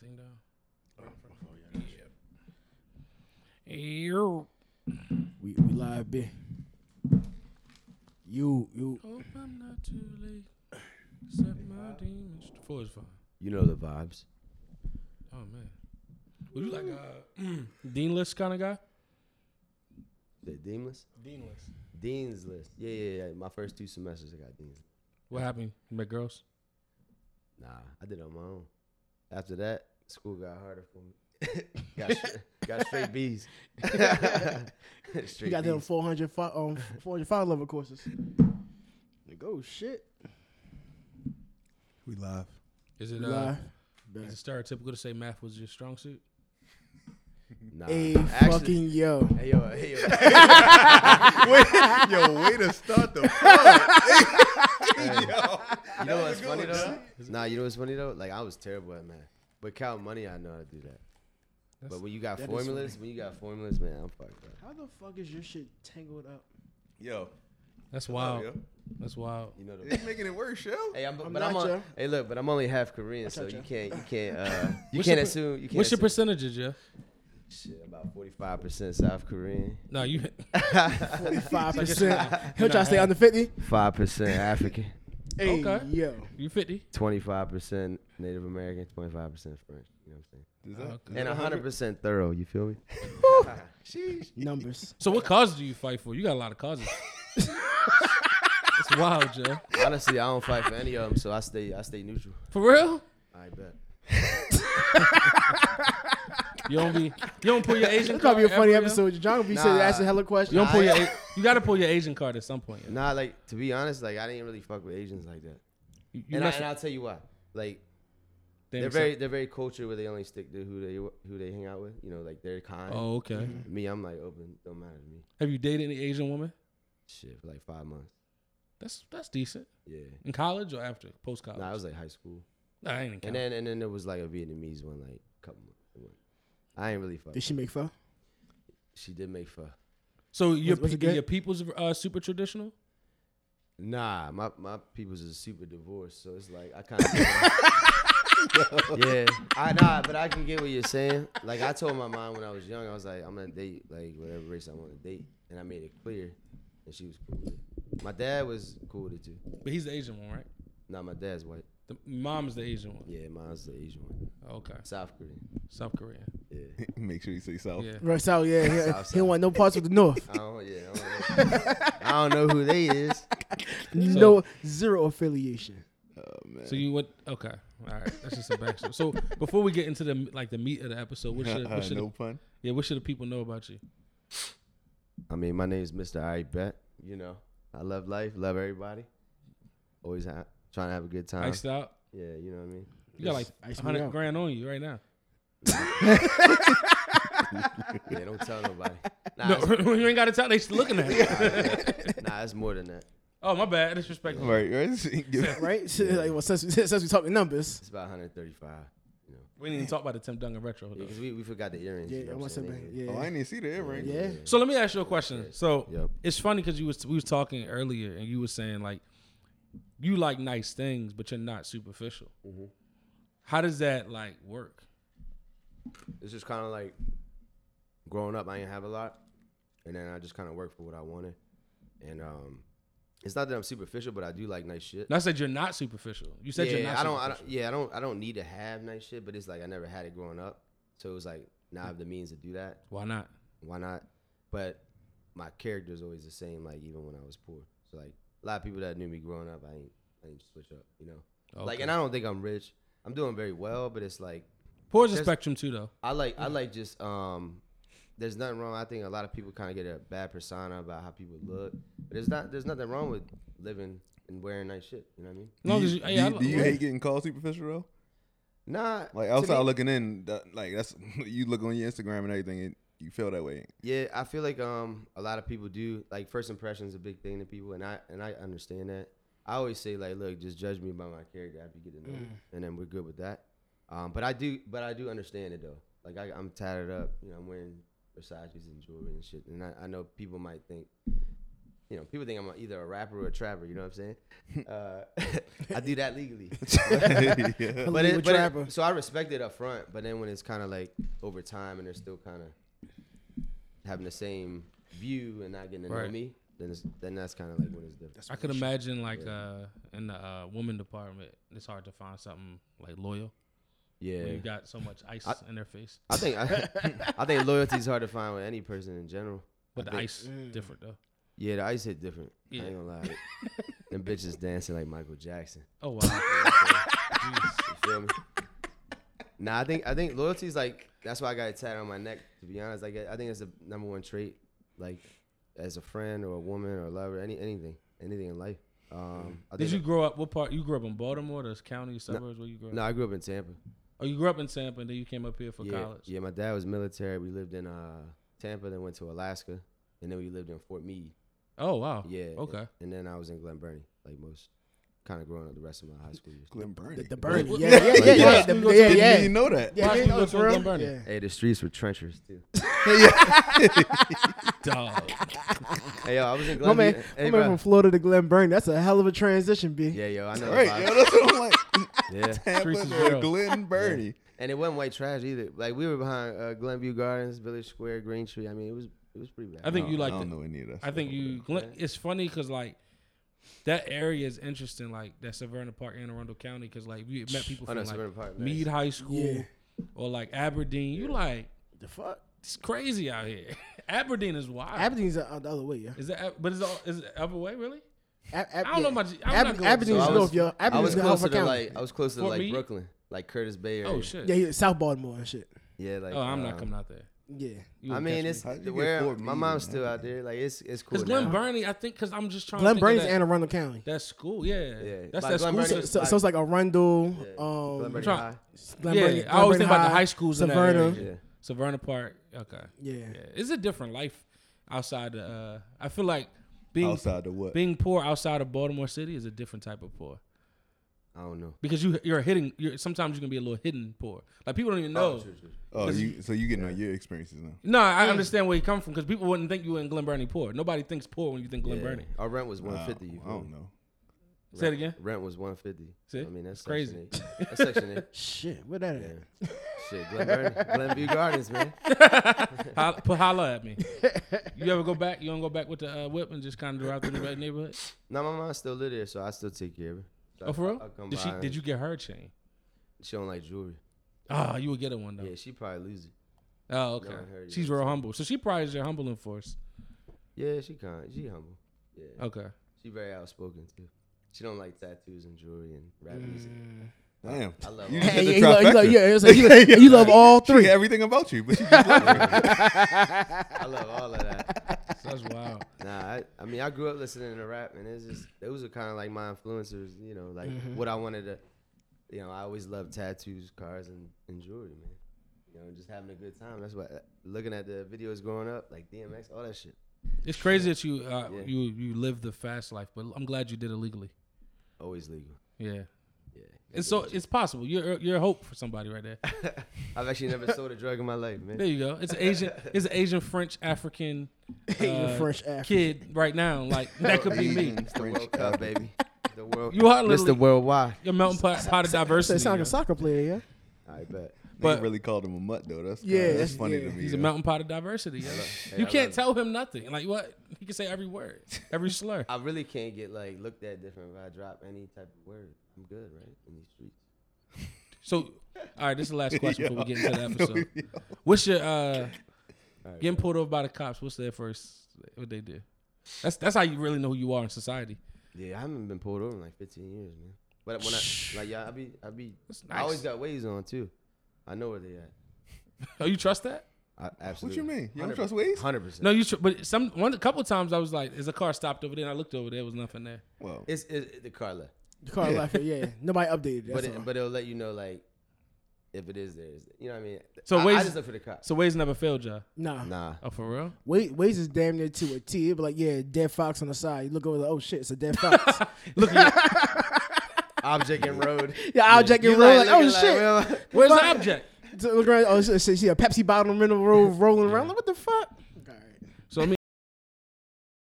thing down. Oh, yeah. You're We we live, B. You you hope I'm not too late. Except my demons. The floor is fine. You know the vibes. Oh man. Would you like a Dean List kind of guy? The dean list? Dean List. Dean's list. Yeah, yeah, yeah. My first two semesters, I got dean's. What happened? You met girls? Nah, I did it on my own. After that, school got harder for me. got, stra- got straight B's. straight you got them B's. 400 fi- um 405 level courses. Like oh shit. We live. Is it We uh, live. Back. is it stereotypical to say math was your strong suit? Nah, Hey actually- fucking yo. Hey yo, hey yo. wait, yo, way to start the flood. you know what's funny though? Nah, you know what's funny though? Like I was terrible at math, but count money, I know how to do that. That's- but when you got that is formulas, when you got formulas, man, I'm fucked up. How the fuck is your shit tangled up? Yo, That's wow. wild. That's wild. You know the. It's making it worse, yo. Hey, I'm, I'm but I'm not on, ya. hey, look, but I'm only half Korean, so ya. you can't, you can't, uh, you What's your can't per- assume. You can't What's your assume. percentages, yeah? Shit, about forty-five percent South Korean, No, you. 45 Like percent. it's not- He'll try to stay not under 50. five percent African, Hey Okay. yo. You fifty? twenty-five percent Native American, twenty-five percent French. You know what I'm saying? Oh, Is that, okay. And hundred percent thorough. You feel me? sheesh. Numbers. So what cause do you fight for? You got a lot of causes. it's wild, Joe. Honestly, I don't fight for any of them, so I stay, I stay neutral. For real? I bet. You don't be. You don't pull your Asian. That's gonna be a card funny ever, yo? episode. John gonna be sitting Nah. there asking hella questions. You don't pull Nah, your. A- You got to pull your Asian card at some point. yo. Nah, like to be honest, like I didn't really fuck with Asians like that. You, you And, I, mess and with I'll tell you why. Like them they're some- very they're very cultured where they only stick to who they who they hang out with. You know, like they're kind. Oh, okay. Me, I'm like open. Don't matter to me. Have you dated any Asian woman? Shit, for like five months. That's that's decent. Yeah. In college or after post college? Nah, I was like high school. I ain't in college. And then and then there was like a Vietnamese one like couple months. one. I ain't really fuck. Did she make fun? She did make fun. so your was it pe- good? your people's uh, super traditional. Nah, my my people's is super divorced, so it's like I kind of. yeah, I nah, but I can get what you're saying. Like I told my mom when I was young, I was like, I'm gonna date like whatever race I want to date, and I made it clear, and she was cool with it. My dad was cool with it too. But he's the Asian one, right? Nah, my dad's white. The mom's the Asian one. Yeah, mine's the Asian one, Okay, South Korean. South Korean. Yeah, Make sure you say Oh. South. Yeah. Right, so yeah, he, South he side. don't want no parts with the north. I don't, Oh, yeah, I don't, know. I don't know who they is. no zero affiliation. Oh man. So you went okay. All right, that's just a backstory. so before we get into the like the meat of the episode, what should, Uh, what should no pun. yeah what should the people know about you? I mean, my name's Mr. I Bet. You know, I love life, love everybody. Always ha- trying to have a good time. Iced out. Yeah, you know what I mean. You got Just like ice me hundred out. grand on you right now. Yeah, don't tell nobody. Nah, No, it's, you ain't got to tell. They still looking at you. nah, it's more than that. Oh my bad, disrespectful. Right, right. Give- Right? So, like, well, since, since we talking numbers, It's about 135. You know, We didn't even talk about the Tim Duncan retro. though. because we, we forgot the earrings. you yeah, know I what I'm want saying? something. They- Yeah, Oh, I didn't even see the earring. yeah. So let me ask you a question. So Yep. it's funny because you was we was talking earlier and you were saying like you like nice things, but you're not superficial. Mm-hmm. How does that like work? It's just kind of like growing up, I didn't have a lot, and then I just kind of worked for what I wanted, and um, it's not that I'm superficial, but I do like nice shit. And I said you're not superficial. You said you're yeah, not. I don't, I superficial. don't, yeah, I don't, I don't need to have nice shit, but it's like I never had it growing up, so it was like now I have the means to do that. Why not? why not? But my character is always the same, like even when I was poor. So like a lot of people that knew me growing up, I ain't I ain't switch up, you know. Like Okay. and I don't think I'm rich. I'm doing very well, but it's like Poor is a There's- spectrum too, though. I like I like just um there's nothing wrong. I think a lot of people kind of get a bad persona about how people look. But there's not there's nothing wrong with living and wearing nice shit, you know what I mean? As long do as you, you, yeah, I do you- do you like- hate getting called superficial though? Nah. Like to outside me- looking in, that, like that's you look on your Instagram and everything, and you feel that way. Yeah, I feel like um a lot of people do like first impressions a big thing to people, and I and I understand that. I always say like, look, just judge me by my character after you get to know, me, and then we're good with that. Um, but I do, but I do understand it though. Like I, I'm tatted up, you know, I'm wearing Versace's and jewelry and shit, and I, I know people might think you know, people think I'm either a rapper or a trapper. You know what I'm saying? Uh, I do that legally. yeah. but Illegal it, but it- trapper. so I respect it up front, but then when it's kind of like over time and they're still kind of having the same view and not getting to know Right. me, then it's, then that's kind of like what is the I could imagine like uh in the uh, woman department, it's hard to find something like loyal when yeah. you got so much ice I- in their face. I think I, I think loyalty is hard to find with any person in general. But I the think- ice different though. Yeah, the ice hit different. Yeah. I ain't gonna lie. Them bitches dancing like Michael Jackson. Oh wow. You feel me? Nah, I think I think loyalty's like that's why I got it tatted on my neck. To be honest, like I think it's the number one trait, like as a friend or a woman or a lover, any anything, anything in life. Um, I Did think you grow up? What part? You grew up in Baltimore, the county, suburbs? where you grew up? No, I grew up in Tampa. Oh, you grew up in Tampa, and then you came up here for yeah, college. yeah. My dad was military. We lived in uh, Tampa, then went to Alaska, and then we lived in Fort Meade. Oh wow. Yeah. Okay. And then I was in Glen Burnie, like most, kind of growing up the rest of my high school years. Glenn Burnie. The Bernie. What- Yeah, yeah, yeah, what- yeah. what- the- what- Yeah, Didn't yeah. even know that. Yeah, Why yeah, you no, go it's to Glen real. Burnie? Yeah. Hey, the streets were treacherous too. Dog. hey, yo, I was in My Glen. man, my man hey, bro. from Florida to Glen Burnie. That's a hell of a transition, B. Yeah, yo, I know. the Right, vibe. yo, that's what I'm like. Yeah. Streets is Tampa real. or Glen Burnie. And it wasn't white trash either. Like we were behind uh, Glenview Gardens, Village Square, Green Tree. I mean, it was it was pretty bad. I think No, you like. I the- don't know any of that. I think stuff. you. Glen, it's funny because like that area is interesting. Like that Severna Park and Arundel County, because like you met people Oh, from no, like Severna Park, nice. Mead High School Yeah. or like Aberdeen. You like The fuck? it's crazy out here. Aberdeen is wild. Aberdeen's out the other way, yeah. is that? Ab- But is it all, is it other way really? Ab- Ab- I don't know yeah. much. I'm not Ab- going- So Aberdeen's I was- north, yo. I was Aberdeen's in closer Alpha to County. like I was closer to Fort like Meade? Brooklyn, like Curtis Bay area. Oh shit. yeah, yeah, South Baltimore and shit. Yeah, like Oh, I'm not uh, coming out there. Yeah. You would I catch mean, me. it's How'd you get where Fort my Meade mom's in still out Africa? there. Like it's it's cool. Because Glen now. Burnie, I think, because I'm just trying. to Glen think Burnie's of Anne Arundel County. that, that school. Yeah, Yeah. that's Like that Glen school. Burnie- system. So, so it's like Arundel, Glen um, Burnie trying- High. Glen yeah, Burnie- Glen I always Burnie think about the High, high schools in that Severna. area. Yeah. Severna Park. Okay. Yeah. Yeah. It's a different life outside the. Uh, I feel like being outside the what? being poor outside of Baltimore City is a different type of poor I don't know. because you you're hitting. You're sometimes you can be a little hidden poor. Like people don't even know. true, true. Oh, you so you getting on your experiences now? no, I understand where you come from because people wouldn't think you were in Glen Burnie poor. Nobody thinks poor when you think Glen Yeah. Burnie. Our rent was one Wow, fifty. You I feel don't me? know. Say it again. Rent was one fifty. See? I mean that's Crazy. crazy. That's section eight. Shit, where that at? Yeah. Shit, Glen Burnie, Glenview Gardens, man. Holla, put holla at me. You ever go back? You don't go back with the uh, whip and just kind of drive through the neighborhood? No, my mom still live there, so I still take care of her. So Oh, for I, I real? come Did by she? and- Did you get her a chain? She don't like jewelry. Ah, you would get her one though. Yeah, she probably lose it. Oh, okay. I heard you. She's real humble, so she probably is your humbling force. Yeah, she kind. She humble. Yeah, Okay. she very outspoken too. She don't like tattoos and jewelry and rap Mm. music. Damn, I love you all just Hey, hit you the love, you, love, trifecta. yeah, it's like you, love, you love all She got three. everything about you, but she just I love all of that. So that's wild. Nah, I, I mean, I grew up listening to rap, and it's just those are kind of like my influencers. You know, like Mm-hmm. what I wanted to. You know, I always loved tattoos, cars, and, and jewelry, man. You know, just having a good time. That's what looking at the videos growing up, like DMX, all that shit. It's crazy that you uh, Yeah. you you live the fast life, but I'm glad you did it legally. Always legal. Yeah. Yeah. It's so it's possible. You're you're a hope for somebody right there. I've actually never sold a drug in my life, man. There you go. It's an Asian. It's an Asian French African. Asian uh, French African. kid right now. Like that could be me. Asian, The French, World Cup, baby. The world. You are It's the literally worldwide. your melting pot, pot of So diversity. it sounds like a yo. soccer player, yeah. I bet. But- But really called him a mutt though. That's Yeah, yeah, that's that's- funny yeah. to me. He's a yo. mountain pot of diversity. yo. Hey, you I can't love tell him nothing. Like what? He can say every word, every slur. it. I really can't get like looked at different if I drop any type of word. I'm good, right? In these streets. So, all right, this is the last question before we get into the episode. Yo. What's your uh, right, getting pulled over by the cops? What's their first? What they do? That's that's how you really know who you are in society. Yeah, I haven't been pulled over in like 15 years, man. But when I like, yeah, I be, I be, That's I always nice. got ways on too. I know where they at. Oh, you trust that? I, What absolutely. you mean? You don't trust Waze? Hundred percent. No, you. Tr- but some one a couple times I was like, is a car stopped over there? And I looked over there, was nothing there. Well, It's, it's the car left, The car left it, yeah. Nobody updated. but That's it, all. but it'll let you know like if it is there. Is it, you know what I mean? So I, I Waze- just look for the cops. So Waze never failed ya. nah, Nah. Oh, for real? Wait, Waze is damn near to a T. It'd be like, yeah, dead fox on the side. You look over, like, oh shit, it's a dead fox. Look, Object and road. yeah, object and roll. Like, oh shit. shit. where's the Fuck. object? So look around, oh, see, see a Pepsi bottle in the middle of the road rolling around. Like, what the fuck? All right. So let me